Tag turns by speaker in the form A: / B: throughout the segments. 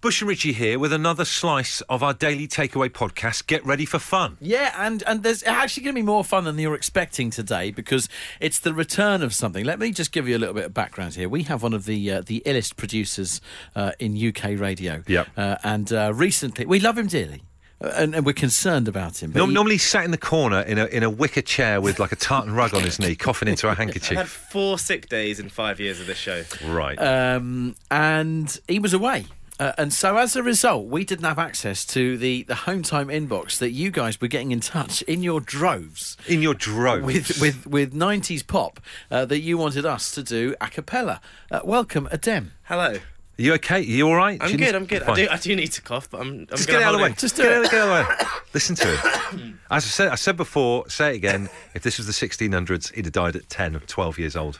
A: Bush and Richie here with another slice of our daily takeaway podcast. Get ready for fun.
B: Yeah, and and there's actually going to be more fun than you're expecting today because it's the return of something. Let me just give you a little bit of background here. We have one of the uh, the illest producers uh, in UK radio.
A: Yep.
B: Uh, and uh, recently, we love him dearly, uh, and, and we're concerned about him. but
A: Norm
B: he-
A: normally he's sat in the corner in a in a wicker chair with like a tartan rug on his knee, coughing into a
C: I had uh,
A: handkerchief.
C: four sick days in five years of this show.
A: Right.
B: um, and he was away. Uh, and so, as a result, we didn't have access to the, the home time inbox that you guys were getting in touch in your droves
A: in your droves.
B: with with, with 90s pop uh, that you wanted us to do a cappella. Uh, welcome, Adem.
C: Hello.
A: Are you okay? Are you all right?
C: I'm
A: Do you
C: good,
A: need-
C: I'm good. I
A: Fine.
C: do, I do need to cough, but I'm, I'm
A: Just
C: gonna
A: get it out of
C: hold
A: the way.
C: in.
A: Just
B: Just
A: get
B: do
A: it out, get out of the way. Listen to him. As I said, I said before, say it again. If this was the 1600s, he'd have died at 10 or 12 years old.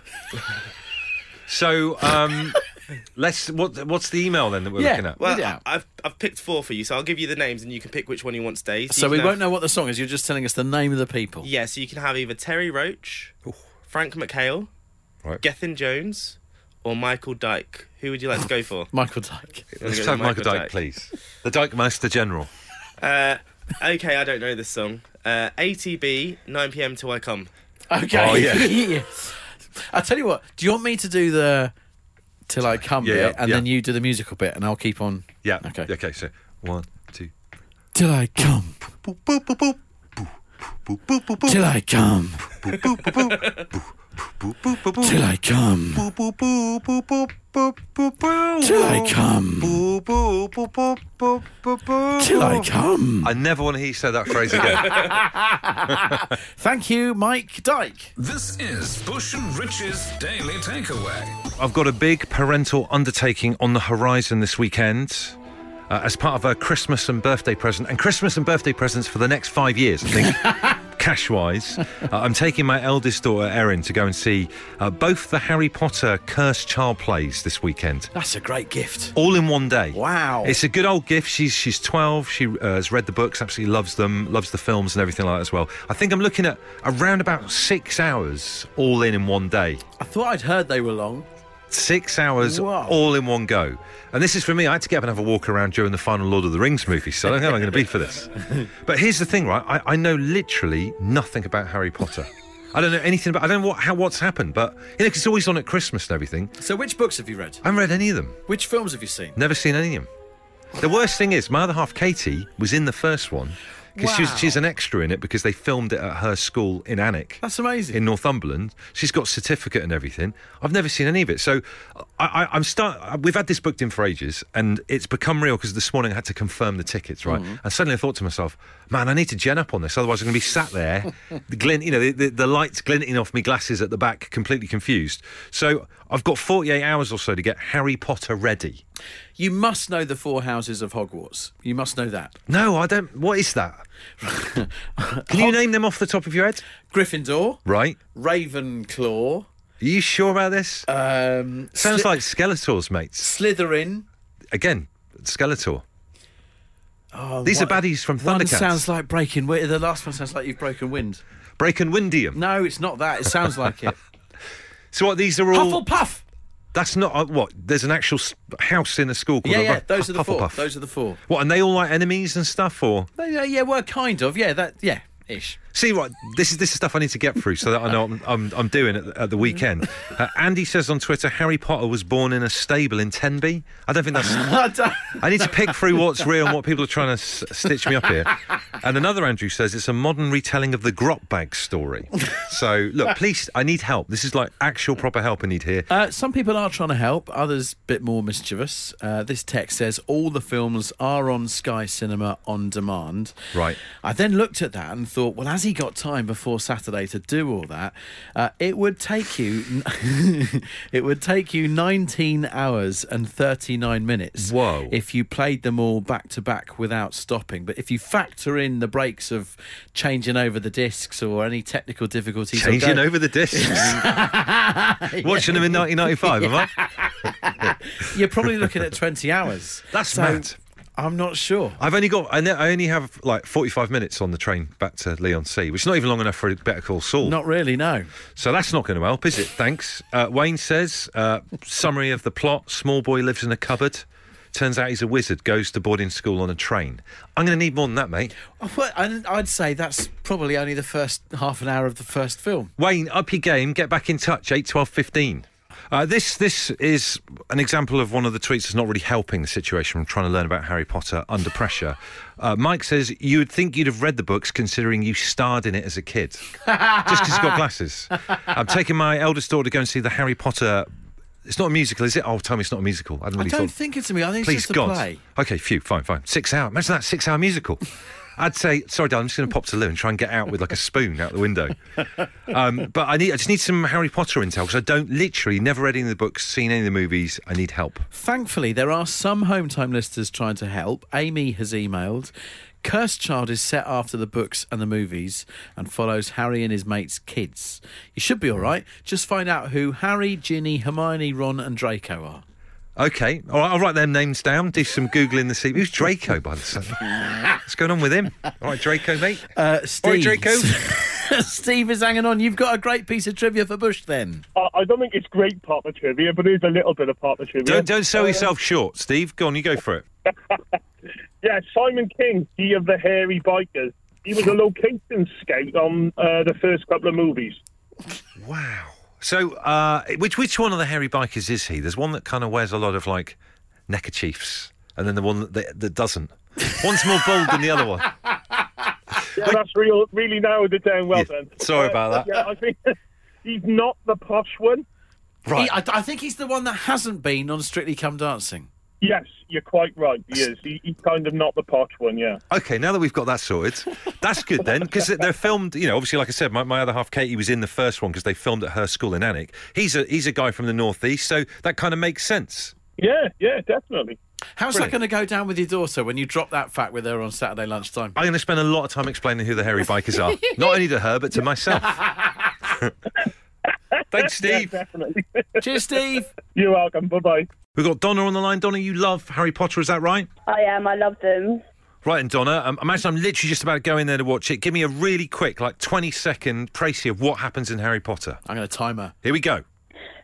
A: so, um, let's. What, what's the email then that we're
B: Yeah,
A: looking at?
B: well-
C: Well,
B: Read it out.
C: I've, I've picked four for you, so I'll give you the names and you can pick which one you want today.
B: So
C: you
B: we
C: can
B: won't
C: have-
B: know what the song is. You're just telling us the name of the people.
C: Yeah, so you can have either Terry Roach, Frank McHale,
A: Right.
C: Gethin Jones, or Michael Dyke. Who would you like to go for?
B: Michael Dyke.
A: let's
C: We'll
A: have
C: go with
A: Michael Dyke, please. The Dyke Master General.
C: Uh, okay, I don't know this song. Uh, ATB, 9 pm till I come.
B: Okay.
A: Oh, yeah.
B: I tell you what. Do you want me to do the till I come
A: Yeah,
B: bit,
A: yeah,
B: and
A: yeah.
B: then you do the musical bit, and I'll keep on.
A: Yeah.
B: Okay.
A: Okay, so one, two.
B: Till I come.
A: Boop, boop, boop, boop.
D: Uh,
A: Boop, boop, boop, boop.
B: Till I come.
A: Boop, boop, boop, boop. Boop, boop, boop, boop.
B: Till I come.
A: Boop, boop, boop, boop, boop, boop, boop, boop.
B: Till I come.
A: Boo, boo, boo, boo, boo, boo, boo.
B: Till I come.
A: I never want to hear you say that phrase again.
B: Thank you, Mike Dyke.
E: This is Bush and Rich's Daily Takeaway.
A: I've got a big parental undertaking on the horizon this weekend. Uh, as part of a Christmas and birthday present, and Christmas and birthday presents for the next five years, I think, cash wise. Uh, I'm taking my eldest daughter, Erin, to go and see uh, both the Harry Potter Cursed Child plays this weekend.
B: That's a great gift.
A: all in one day.
B: Wow.
A: It's a good old gift. She's she's 12. She uh, has read the books, absolutely loves them, loves the films and everything like that as well. I think I'm looking at around about six hours all in in one day.
B: I thought I'd heard they were long.
A: Six hours
B: Wow.
A: all in one go. And this is for me. I had to get up and have a walk around during the final Lord of the Rings movie, so I don't know how I'm going to be for this. But here's the thing, right? I, I know literally nothing about Harry Potter. I don't know anything about. I don't know what, how what's happened, but you know, 'cause it's always on at Christmas and everything.
B: So, which books have you read?
A: I haven't read any of them.
B: Which films have you seen?
A: Never seen any of them. The worst thing is, my other half, Katie, was in the first one because
B: Wow.
A: she's, she's an extra in it because they filmed it at her school in Annick.
B: That's amazing.
A: In Northumberland, she's got certificate and everything. I've never seen any of it, so I, I, I'm start. We've had this booked in for ages, and it's become real because this morning I had to confirm the tickets, right? And suddenly I thought to myself, "Man, I need to gen up on this, otherwise I'm going to be sat there, the glint, you know, the, the, the lights glinting off me glasses at the back, completely confused." So I've got 48 hours or so to get Harry Potter ready.
B: You must know the four houses of Hogwarts. You must know that.
A: No, I don't. What is that? Can you name them off the top of your head?
B: Gryffindor,
A: Right. Are
B: Ravenclaw,
A: you sure about this?
B: um,
A: Sounds
B: Sly-
A: like Skeletor's mates.
B: Slytherin.
A: Again, Skeletor. These are
B: one-
A: baddies from
B: Uh, One
A: Thundercats.
B: sounds like breaking wind. The last one sounds like you've broken wind.
A: Break and Windium.
B: No, it's not that. It sounds like it.
A: So what? These are all.
B: Hufflepuff.
A: That's not uh, what. There's an actual s- house in a school called.
B: Yeah,
A: a
B: yeah.
A: Huff-
B: Those are the four.
A: Hufflepuff.
B: Those are the four.
A: What? And they all like enemies and stuff, or
B: No, Yeah, yeah. Well, kind of. Yeah, that. Yeah, ish.
A: See, right, this is this is stuff I need to get through so that I know I'm I'm, I'm doing at, at the weekend. Uh, Andy says on Twitter, Harry Potter was born in a stable in Tenby. I don't think that's.
B: I don't-
A: I need to pick through what's real and what people are trying to s- stitch me up here. And another Andrew says it's a modern retelling of the grot bag story. So look, please, I need help. This is like actual proper help I need here.
B: Uh, some people are trying to help, others a bit more mischievous. Uh, this text says all the films are on Sky Cinema on demand.
A: Right.
B: I then looked at that and thought, well, has he got time before Saturday to do all that? Uh, it would take you, it would take you 19 hours and 39 minutes.
A: Whoa.
B: If you played them all back to back without stopping, but if you factor in the breaks of changing over the discs or any technical difficulties, or
A: Changing
B: going-
A: over the discs. Watching them in 1995, am I?
B: You're probably looking at 20 hours.
A: That's
B: So,
A: mad.
B: I'm not sure.
A: I've only got I, know, I only have like 45 minutes on the train back to Leon C, which is not even long enough for a Better Call Saul.
B: Not really, no.
A: So that's not going to help, is it? Thanks. Uh, Wayne says, uh, summary of the plot: small boy lives in a cupboard. Turns out he's a wizard, goes to boarding school on a train. I'm going to need more than that, mate.
B: Oh, Well, and I'd say that's probably only the first half an hour of the first film.
A: Wayne, up your game. Get back in touch. 8, 12, 15. Uh, this this is an example of one of the tweets that's not really helping the situation. I'm trying to learn about Harry Potter under pressure. Uh, Mike says you would think you'd have read the books considering you starred in it as a kid, just because you've got glasses. I'm taking my eldest daughter to go and see the Harry Potter. It's not a musical, is it? Oh, tell me it's not a musical. I hadn't
B: I
A: really
B: don't
A: thought.
B: think it's a movie. I think
A: Please
B: it's just a
A: God.
B: play.
A: Okay, phew, fine, fine. Six hour. Imagine that six hour musical. I'd say, sorry, darling, I'm just going to pop to Lou and try and get out with like a spoon out the window. Um, but I need, I just need some Harry Potter intel because I don't literally never read any of the books, seen any of the movies. I need help.
B: Thankfully, there are some home time listeners trying to help. Amy has emailed. Cursed Child is set after the books and the movies and follows Harry and his mates' kids. You should be all right. Just find out who Harry, Ginny, Hermione, Ron, and Draco are.
A: Okay, all right, I'll write their names down. Do some googling this evening. Who's Draco by the sound? of it? What's going on with him? All right, Draco, mate.
B: Uh, Steve.
A: Draco.
B: Steve is hanging on. You've got a great piece of trivia for Bush then.
F: I, I don't think it's great partner trivia, but it is a little bit of partner trivia.
A: don't don't sell yourself short, Steve. Go on, you go for it.
F: Yeah, Simon King, he of the hairy bikers. He was a location scout on uh, the first couple of movies.
A: Wow. So, uh, which which one of the hairy bikers is he? There's one that kind of wears a lot of like neckerchiefs, and then the one that, that doesn't. One's more bold than the other one.
F: Yeah, that's real. Really narrowed it down. Well
A: Yeah,
F: then. Uh,
A: sorry about that.
F: Yeah, I think he's not the posh one.
A: Right.
B: He- I, I think he's the one that hasn't been on Strictly Come Dancing.
F: Yes, you're quite right. He is. He, he's kind of not the posh one. Yeah.
A: Okay, now that we've got that sorted, that's good then, because they're filmed. You know, obviously, like I said, my, my other half, Katie, was in the first one because they filmed at her school in Annick. He's a he's a guy from the northeast, so that kind of makes sense.
F: Yeah. Yeah. Definitely.
B: How's that going to go down with your daughter when you drop that fact with her on Saturday lunchtime?
A: I'm going to spend a lot of time explaining who the hairy bikers are, not only to her but to myself. Thanks, Steve.
F: Yeah, definitely.
B: Cheers, Steve.
F: you're welcome. Bye bye.
A: We've got Donna on the line. Donna, you love Harry Potter, is that right?
G: I am. I love them.
A: Right, and Donna, um, imagine I'm literally just about to go in there to watch it. Give me a really quick, like 20 second précis of what happens in Harry Potter.
B: I'm going to time her.
A: Here we go.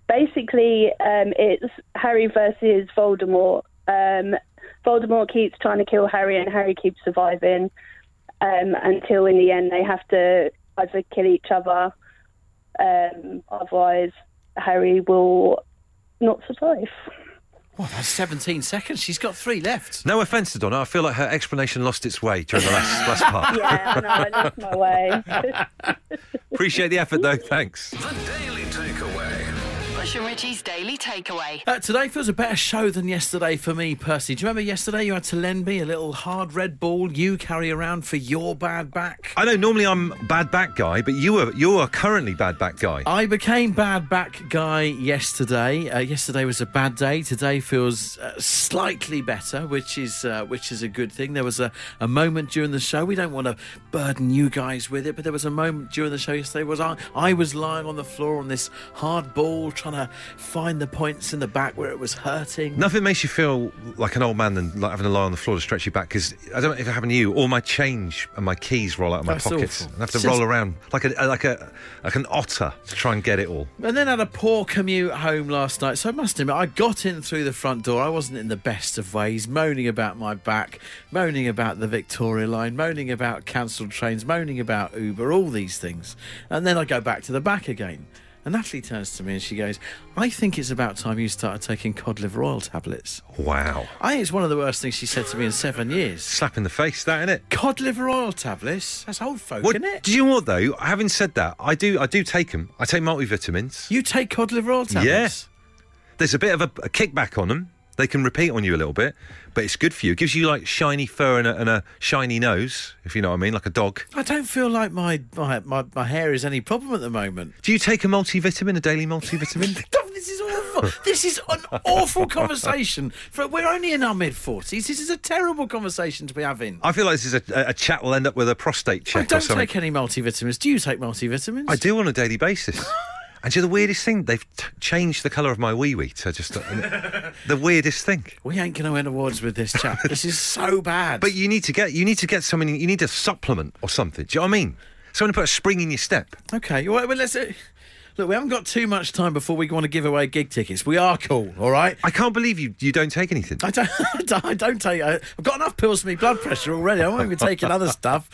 G: Basically, um, it's Harry versus Voldemort. Um, Voldemort keeps trying to kill Harry, and Harry keeps surviving um, until, in the end, they have to either kill each other. Um, otherwise, Harry will not survive.
B: Well, that's 17 seconds. She's got three left.
A: No offence to Donna, I feel like her explanation lost its way during the last, last part.
G: Yeah, I know. I lost my way.
A: Appreciate the effort though, thanks.
E: The Daily Takeaway.
H: Bush and Richie's Daily Takeaway.
B: Uh, today feels a better show than yesterday for me, Percy. Do you remember yesterday you had to lend me a little hard red ball you carry around for your bad back?
A: I know normally I'm bad back guy, but you are you are currently bad back guy.
B: I became bad back guy yesterday. Uh, yesterday was a bad day. Today feels uh, slightly better, which is uh, which is a good thing. There was a, a moment during the show. We don't want to burden you guys with it, but there was a moment during the show yesterday. Was I I was lying on the floor on this hard ball, trying to find the points in the back where it was hurting.
A: Nothing makes you feel like an old man than like having to lie on the floor to stretch your back because I don't know if it happened to you. All my change and my keys roll out of my
B: That's
A: pockets.
B: awful.
A: And I have to
B: It's
A: roll
B: just-
A: around like a like a like an otter to try and get it all.
B: And then had a poor commute home last night. So I must admit, I got in through the front door. I wasn't in the best of ways, moaning about my back, moaning about the Victoria line, moaning about cancelled trains, moaning about Uber, all these things. And then I go back to the back again. And Natalie turns to me and she goes, I think it's about time you started taking cod liver oil tablets.
A: Wow,
B: I think it's one of the worst things she said to me in seven years.
A: slap in the face, that innit?
B: Cod liver oil tablets? That's old folk,
A: What,
B: isn't it?
A: do you know what though? Having said that, I do I do take them. I take multivitamins.
B: You take cod liver oil tablets?
A: Yeah. There's a bit of a, a kickback on them. They can repeat on you a little bit, but it's good for you. It gives you like shiny fur and a, and a shiny nose, if you know what I mean, like a dog.
B: I don't feel like my, my, my, my hair is any problem at the moment.
A: Do you take a multivitamin, a daily multivitamin?
B: Dom, This is awful. this is an awful conversation. For, we're only in our mid 40s. This is a terrible conversation to be having. I,
A: I feel like this is a, a chat will end up with a prostate check or
B: don't
A: something.
B: take any multivitamins. Do you take multivitamins?
A: I do on a daily basis. And you know the weirdest thing? They've t- changed the colour of my wee wee to just uh, the weirdest thing.
B: We ain't going to win awards with this chap. this is so bad.
A: But you need to get you need to get something. You need a supplement or something. Do you know what I mean? Someone to put a spring in your step.
B: okay, well, well, let's. uh, Look, we haven't got too much time before we want to give away gig tickets. We are cool, all right?
A: I can't believe you you don't take anything.
B: I don't, I don't, I don't take. I, I've got enough pills for me blood pressure already. I won't even take other stuff.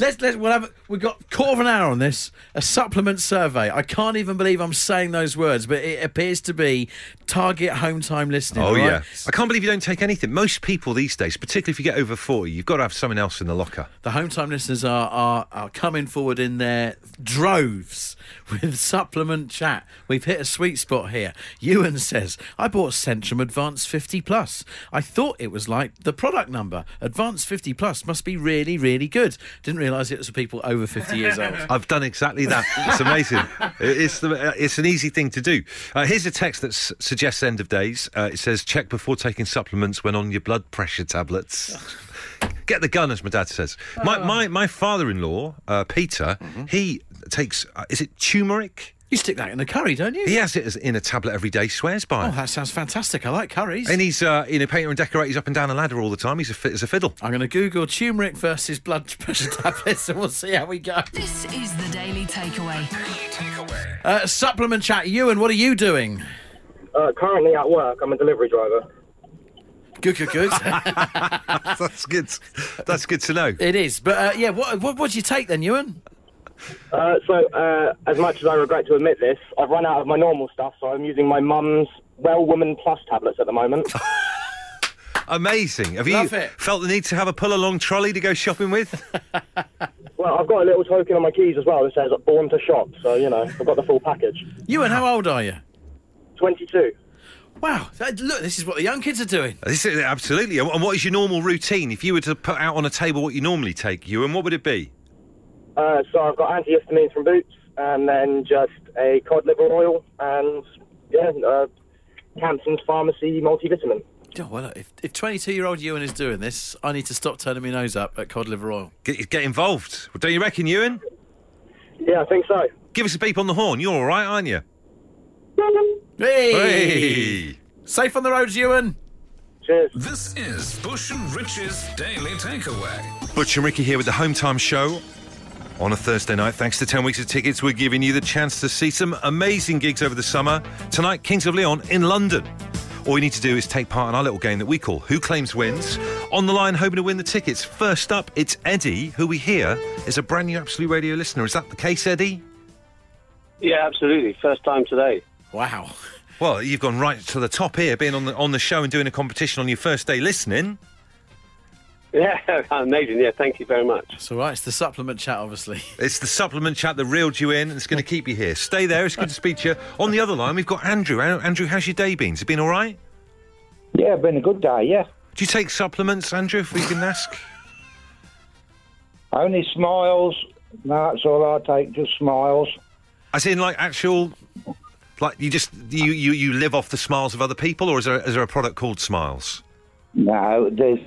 B: Let's let's. We'll have. We've got quarter of an hour on this. A supplement survey. I can't even believe I'm saying those words, but it appears to be target home time listening.
A: Oh
B: all right?
A: yeah, I can't believe you don't take anything. Most people these days, particularly if you get over forty, you've got to have something else in the locker.
B: The home time listeners are, are are coming forward in their droves with supplement chat. We've hit a sweet spot here. Ewan says, I bought Centrum Advanced 50 Plus. I thought it was like the product number. Advanced 50 Plus must be really, really good. Didn't realise it was for people over 50 years old.
A: I've done exactly that. It's amazing. it's the, uh, it's an easy thing to do. Uh, here's a text that s- suggests end of days. Uh, it says check before taking supplements when on your blood pressure tablets. Get the gun, as my dad says. My my, my father-in-law uh, Peter, he takes uh, is it turmeric?
B: You stick that in the curry, don't you?
A: He has it as, in a tablet every day. Swears by. it.
B: Oh, that sounds fantastic. I like curries.
A: And he's uh, you know painter and decorator. He's up and down a ladder all the time. He's a fit as a fiddle.
B: I'm going to Google turmeric versus blood pressure tablets and we'll see how we go.
H: This is the Daily Takeaway.
E: Daily Takeaway.
B: Uh, supplement chat, Ewan, what are you doing?
D: Uh, currently at work, I'm a delivery driver.
B: Good, good, good.
A: That's good. That's good to know.
B: It is, but uh, yeah, what, what what do you take then, Ewan?
D: Uh, so, uh, as much as I regret to admit this, I've run out of my normal stuff, so I'm using my mum's Well Woman Plus tablets at the moment.
A: Amazing. Have
B: Love
A: you
B: it.
A: felt the need to have a pull along trolley to go shopping with?
D: well, I've got a little token on my keys as well that says "Born to Shop," so you know I've got the full package.
B: Ewan, how old are you?
D: Twenty-two.
B: Wow, that- look, this is what the young kids are doing.
A: This is, absolutely. And what is your normal routine? If you were to put out on a table what you normally take, you and what would it be?
D: Uh, so I've got antihistamines from Boots, and then just a cod liver oil, and yeah, uh, Campson's Pharmacy multivitamin.
B: Oh, well, look, if if twenty two year old Ewan is doing this, I need to stop turning my nose up at cod liver oil.
A: Get, get involved. Don't you reckon, Ewan?
D: Yeah, I think so.
A: Give us a beep on the horn. You're all right, aren't you?
B: Hey, safe on the roads, Ewan.
D: Cheers.
E: This is Bush and Rich's Daily Takeaway.
A: Butch and Ricky here with the Home Time Show. On a Thursday night, thanks to 10 weeks of tickets, we're giving you the chance to see some amazing gigs over the summer. Tonight, Kings of Leon in London. All you need to do is take part in our little game that we call Who Claims Wins. On the line, hoping to win the tickets. First up, it's Eddie, who we hear is a brand new Absolute Radio listener. Is that the case, Eddie?
I: Yeah, absolutely. First time today.
B: Wow,
A: Well, you've gone right to the top here, being on the, on the show and doing a competition on your first day listening.
I: Yeah, amazing. Yeah, thank you very much.
B: it's all right. It's the supplement chat, obviously.
A: It's the supplement chat that reeled you in and it's going to keep you here. Stay there. It's good to speak to you. On the other line, we've got Andrew. An- Andrew, how's your day been? Has it been all right?
J: Yeah, been a good day, yeah.
A: Do you take supplements, Andrew, if we can ask?
J: Only smiles. No, that's all I take, just smiles.
A: As in, like, actual. Like you just you, you, you live off the smiles of other people, or is there is there a product called Smiles?
J: No, there's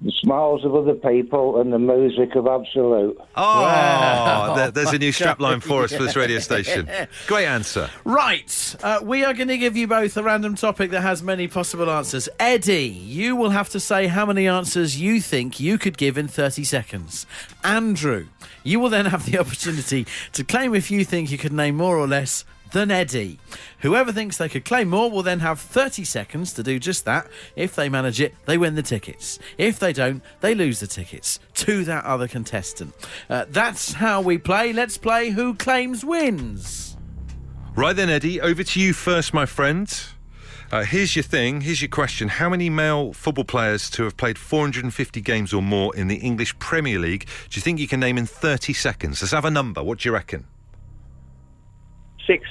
J: the smiles of other people and the music of Absolute.
A: Oh, there- there's a new strapline for us for this radio station. Great answer.
B: Right, uh, we are going to give you both a random topic that has many possible answers. Eddie, you will have to say how many answers you think you could give in 30 seconds. Andrew, you will then have the opportunity to claim if you think you could name more or less than Eddie. Whoever thinks they could claim more will then have 30 seconds to do just that. If they manage it, they win the tickets. If they don't, they lose the tickets to that other contestant. Uh, that's how we play. Let's play Who Claims Wins.
A: Right then, Eddie, over to you first, my friend. Uh, here's your thing. Here's your question. How many male football players to have played 450 games or more in the English Premier League do you think you can name in 30 seconds? Let's have a number. What do you reckon?
D: Six.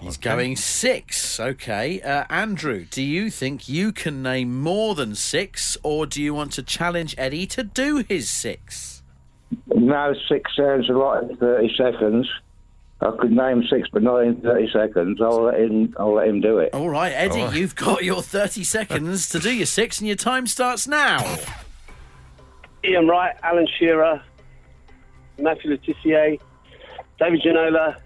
B: He's going six. Okay. Uh, Andrew, do you think you can name more than six, or do you want to challenge Eddie to do his six?
J: No, six sounds a lot in 30 seconds. I could name six, but not in 30 seconds. I'll let him, I'll let him do it.
B: All right, Eddie, you've got your 30 seconds to do your six, and your time starts now.
I: Ian Wright, Alan Shearer, Matthew Letitia, David Ginola.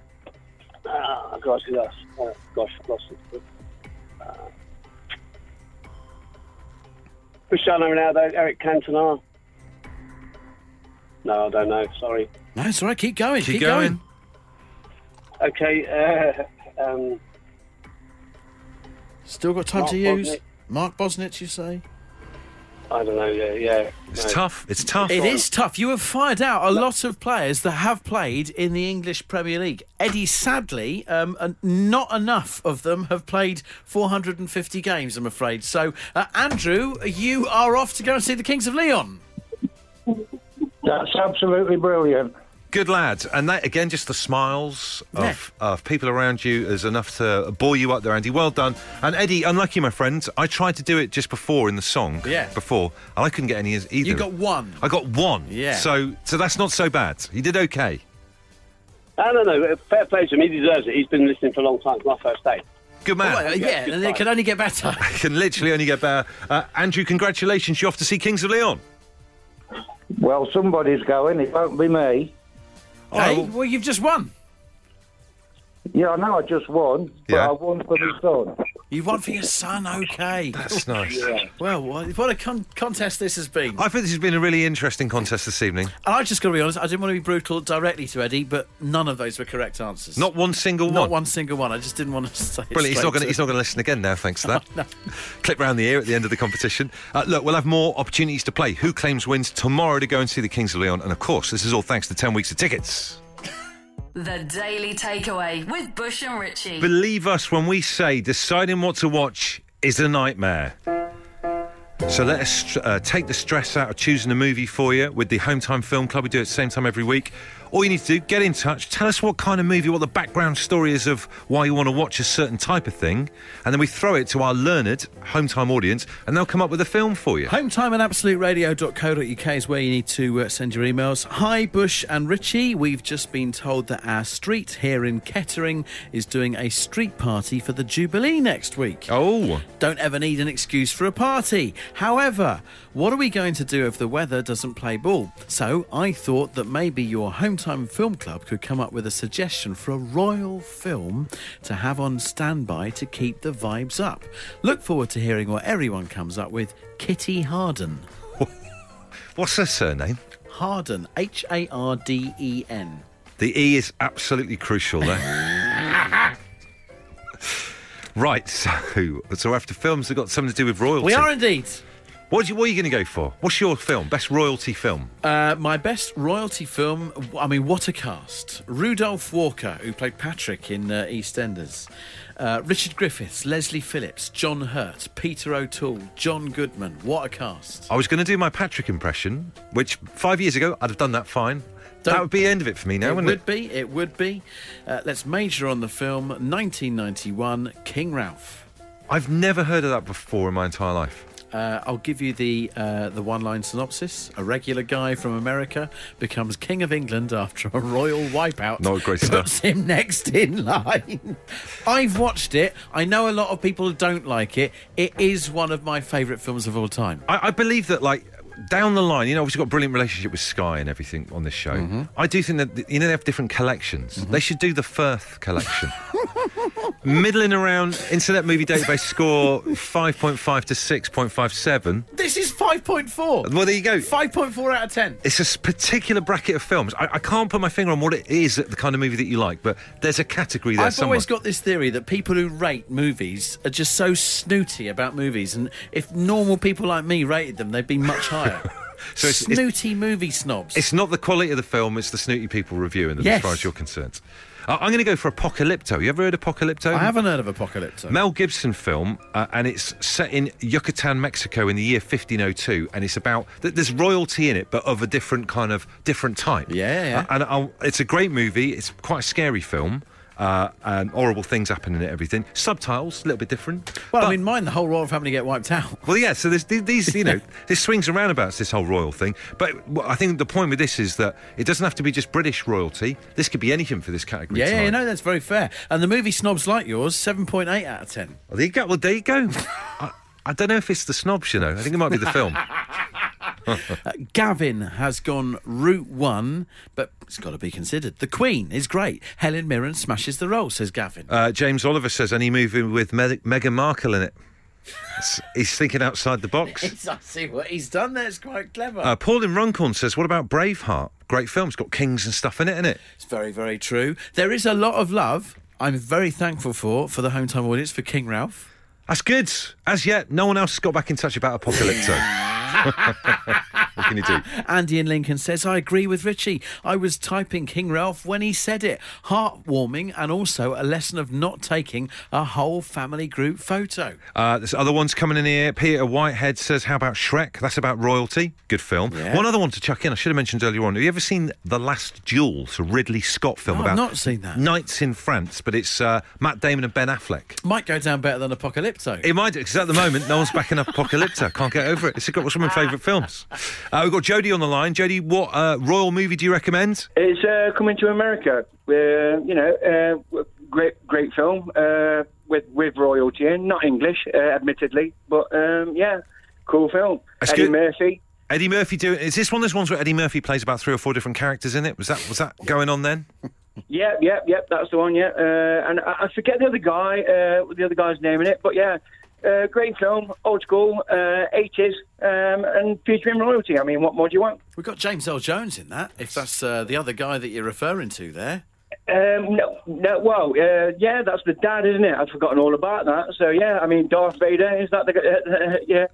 I: Uh, gosh, who else? Oh, gosh, I've lost it. Uh, Cristiano Ronaldo, Eric Cantona. No, I don't know. Sorry.
B: No, it's all right. Keep going.
A: Keep going.
I: Okay. Uh, um,
B: Still got time
I: Mark
B: to use?
I: Bosnich.
B: Mark Bosnich, you say?
I: I don't know. Yeah, yeah.
A: It's tough. It's tough.
B: It is tough. You have fired out a lot of players that have played in the English Premier League. Eddie, sadly, um, uh, not enough of them have played 450 games, I'm afraid. So, uh, Andrew, you are off to go and see the Kings of Leon.
J: That's absolutely brilliant.
A: Good lads, and that again, just the smiles of, of people around you is enough to buoy you up there, Andy. Well done, and Eddie, unlucky, my friend. I tried to do it just before in the song,
B: Yeah.
A: before, and I couldn't get any either.
B: You got one.
A: I got one.
B: Yeah.
A: So, so that's not so bad. You did okay.
I: I don't know. Fair play to him. He deserves it. He's been listening for a long time. It's my first day.
A: Good man.
B: Well, yeah, and it can only get better.
A: It can literally only get better. Uh, Andrew, congratulations. You're off to see Kings of Leon.
J: Well, somebody's going. It won't be me.
A: Oh.
B: Hey, well, you've just won.
J: Yeah, I know. I just won, but
A: Yeah.
J: I won for the son.
B: You've won for your son, okay.
A: That's nice.
B: Well, what what a con- contest this has been.
A: I think this has been a really interesting contest this evening.
B: And I just got to be honest, I didn't want to be brutal directly to Eddie, but none of those were correct answers.
A: Not one single
B: Not
A: one.
B: one single one. I just didn't want to say. it
A: Brilliant. He's not
B: straight
A: going. To, he's not going to listen again now. Thanks to that. Clip round the ear at the end of the competition. Uh, look, we'll have more opportunities to play. Who claims wins tomorrow to go and see the Kings of Leon? And of course, this is all thanks to ten weeks of tickets.
H: The Daily Takeaway with Bush and Ritchie.
A: Believe us when we say deciding what to watch is a nightmare. So let us str- uh, take the stress out of choosing a movie for you with the Hometime Film Club. We do it at the same time every week. All you need to do, get in touch, tell us what kind of movie, what the background story is of why you want to watch a certain type of thing, and then we throw it to our learned Hometime audience, and they'll come up with a film for you.
B: Hometime and absoluteradio.co.uk is where you need to uh, send your emails. Hi, Bush and Richie. We've just been told that our street here in Kettering is doing a street party for the Jubilee next week.
A: Oh,
B: Don't ever need an excuse for a party. However, what are we going to do if the weather doesn't play ball? So I thought that maybe your Hometime Film Club could come up with a suggestion for a royal film to have on standby to keep the vibes up. Look forward to hearing what everyone comes up with. Kitty Harden.
A: what's her surname?
B: Harden, H A R D E N.
A: The E is absolutely crucial there. right, so so after films have got something to do with royalty.
B: We are indeed.
A: What, do you, what are you going to go for? What's your film? Best royalty film?
B: Uh, my best royalty film, I mean, what a cast. Rudolph Walker, who played Patrick in uh, EastEnders. Uh, Richard Griffiths, Leslie Phillips, John Hurt, Peter O'Toole, John Goodman. What a cast.
A: I was going to do my Patrick impression, which five years ago I'd have done that fine. that
B: Don't-
A: would be the end of it for me now,
B: it
A: wouldn't
B: would be, it would be. Uh, let's major on the film 1991 King Ralph.
A: it? I've never heard of that before in my entire life.
B: Uh, I'll give you the uh, the one line synopsis. A regular guy from America becomes king of England after a royal wipeout.
A: Not great stuff.
B: puts him next in line. I've watched it. I know a lot of people don't like it. It is one of my favourite films of all time.
A: I, I believe that, like, down the line, you know, obviously got a brilliant relationship with Sky and everything on this show.
B: Mm-hmm.
A: I do think that, you know, they have different collections. They should do the Firth collection. Middling around Internet Movie Database score 5.5 to 6.57.
B: This is five point four.
A: Well, there you go.
B: Five point four out of ten.
A: it's a s- particular bracket of films. I, I can't put my finger on what it is, the kind of movie that you like, but there's a category there
B: I've
A: somewhere.
B: always got this theory that people who rate movies are just so snooty about movies, and if normal people like me rated them, they'd be much higher.
A: So it's- it's-
B: snooty movie snobs.
A: It's not the quality of the film; it's the snooty people reviewing them, as
B: Yes.
A: far as you're concerned. Uh, I'm going to go for Apocalypto. You ever heard of Apocalypto?
B: I haven't heard of Apocalypto.
A: Mel Gibson film, uh, and it's set in Yucatan, Mexico, in the year 1502, and it's about th- there's royalty in it, but of a different kind of different type.
B: Yeah, yeah.
A: Uh, and I'll, it's a great movie. It's quite a scary film. Uh, and horrible things happen in it. Everything subtitles a little bit different.
B: well,
A: but-
B: I mean, mine, the whole royal family get wiped out.
A: Well, yeah. So there's th- these, you know, this swings and roundabouts. This whole royal thing. But what I think the point with this is that it doesn't have to be just British royalty. This could be anything for this category.
B: Yeah, yeah, you
A: tonight.
B: know, that's very fair. And the movie snobs like yours, 7.8 out of 10.
A: Well, there you go. Well, there you go. I, I don't know if it's the snobs, you know. I think it might be the film.
B: Uh, Gavin has gone route one, but it's got to be considered. The Queen is great. Helen Mirren smashes the role, says Gavin.
A: Uh, James Oliver says any movie with Me- Meghan Markle in it. S- He's thinking outside the box.
B: I see what he's done there. It's quite clever.
A: Uh, Paul in Runcorn says, "What about Braveheart? Great film. It's got kings and stuff in it, isn't it?
B: It's very, very true. There is a lot of love. I'm very thankful for for the home time audience for King Ralph.
A: That's good. As yet, no one else has got back in touch about Apocalypto. what can you do?
B: Andy in Lincoln says, I agree with Richie. I was typing King Ralph when he said it. Heartwarming and also a lesson of not taking a whole family group photo.
A: Uh, there's other ones coming in here. Peter Whitehead says, "How about Shrek? That's about royalty. Good film." One other one to chuck in. I should have mentioned earlier on. Have you ever seen The Last Duel? It's a Ridley Scott film
B: No, I've
A: about
B: not seen that.
A: Knights in France, but it's uh, Matt Damon and Ben Affleck.
B: Might go down better than Apocalypto.
A: It might because at the moment no one's backing up Apocalypto. Can't get over it. It's got- it's one of my favourite films. Uh, we've got Jodie on the line. Jodie, what uh, royal movie do you recommend?
K: It's uh, coming to America. Uh, you know, uh, great, great film uh, with with royalty in, not English, uh, admittedly, but um, yeah, cool film.
A: That's
K: Eddie
A: good.
K: Murphy.
A: Eddie Murphy do is this one of those ones where Eddie Murphy plays about three or four different characters in it? Was that was that going on then?
K: Yep, yep, yep. That's the one. Yeah, uh, and I, I forget the other guy, uh, what the other guy's name in it, but yeah, uh, great film, old school, uh, eighties, um, and featuring royalty. I mean, what more do you want?
B: We've got James L. Jones in that, if that's uh, the other guy that you're referring to there.
K: Um, no, no, well, uh, yeah, that's the dad, isn't it? I'd forgotten all about that. So yeah, I mean, Darth Vader is that the? Uh, uh, yeah.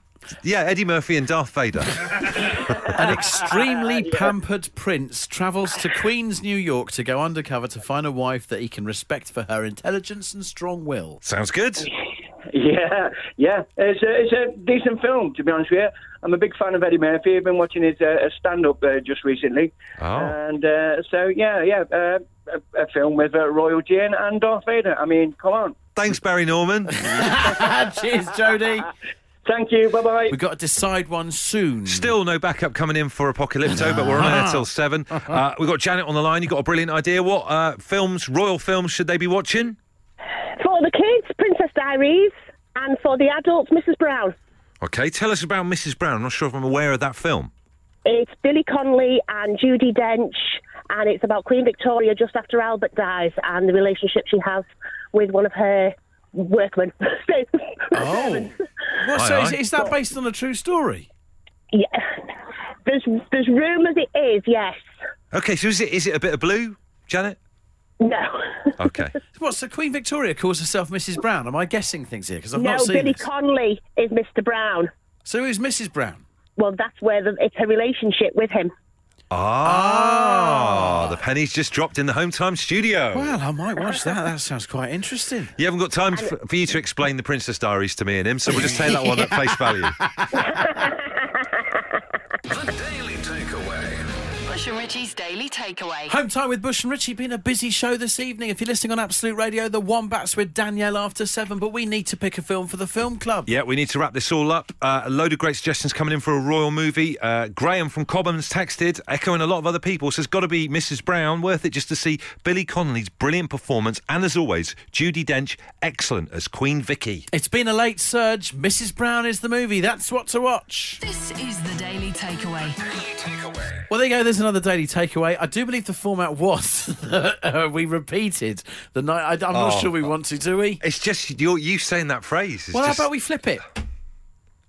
A: Yeah, Eddie Murphy and Darth Vader.
B: An extremely pampered prince travels to Queens, New York to go undercover to find a wife that he can respect for her intelligence and strong will.
A: Sounds good.
K: Yeah, yeah. It's a, it's a decent film, to be honest with you. I'm a big fan of Eddie Murphy. I've been watching his uh, stand up uh, just recently.
A: Oh.
K: And uh, so, yeah, yeah, uh, a, a film with uh, Royal Jane and Darth Vader. I mean, come on.
A: Thanks, Barry Norman.
B: Cheers, Jodie.
K: Thank you. Bye bye.
B: We've got to decide one soon.
A: Still no backup coming in for Apocalypto, but we're on air till seven. Uh, we've got Janet on the line. You've got a brilliant idea. What uh, films, royal films, should they be watching?
L: For the kids, Princess Diaries, and for the adults, Mrs. Brown.
A: Okay, tell us about Mrs. Brown. I'm not sure if I'm aware of that film.
L: It's Billy Connolly and Judy Dench, and it's about Queen Victoria just after Albert dies and the relationship she has with one of her workmen.
B: Oh. What, so is, is that based on a true story?
L: yeah. There's there's rumours it is, yes.
A: Okay, so is it is it a bit of blue, Janet?
L: No.
A: Okay.
B: What, so Queen Victoria calls herself Mrs. Brown? Am I guessing things here? Because I've
L: no,
B: not seen
L: Billy
B: this.
L: Connolly is Mr. Brown.
B: So who's Mrs. Brown?
L: Well, that's where the, it's her relationship with him.
A: Ah, the penny's just dropped in the home time studio.
B: Well, I might watch that. That sounds quite interesting.
A: You haven't got time for, for you to explain the Princess Diaries to me and him, so we'll just take that one at face value.
H: Bush and Richie's Daily Takeaway.
B: Home time with Bush and Richie. Been a busy show this evening. If you're listening on Absolute Radio, The Wombats with Danielle after seven. But we need to pick a film for the film club.
A: Yeah, we need to wrap this all up. Uh, a load of great suggestions coming in for a royal movie. Uh, Graham from Cobham's texted, echoing a lot of other people, says, Gotta be Mrs. Brown. Worth it just to see Billy Connolly's brilliant performance. And as always, Judy Dench, excellent as Queen Vicky.
B: It's been a late surge. Mrs. Brown is the movie. That's what to watch.
H: This is the Daily Takeaway.
B: Well, there you go. There's another daily takeaway. I do believe the format was that uh, we repeated the night. I, I'm not
A: Oh.
B: sure we want to, do we?
A: It's just you're, you saying that phrase. It's
B: well,
A: just-
B: how about we flip it?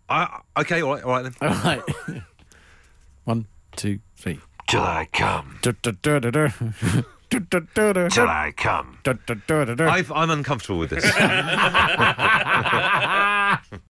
A: I, okay, all right, all right then.
B: All right. One, two, three.
A: Till I come. Till I come. I've, I'm uncomfortable with this.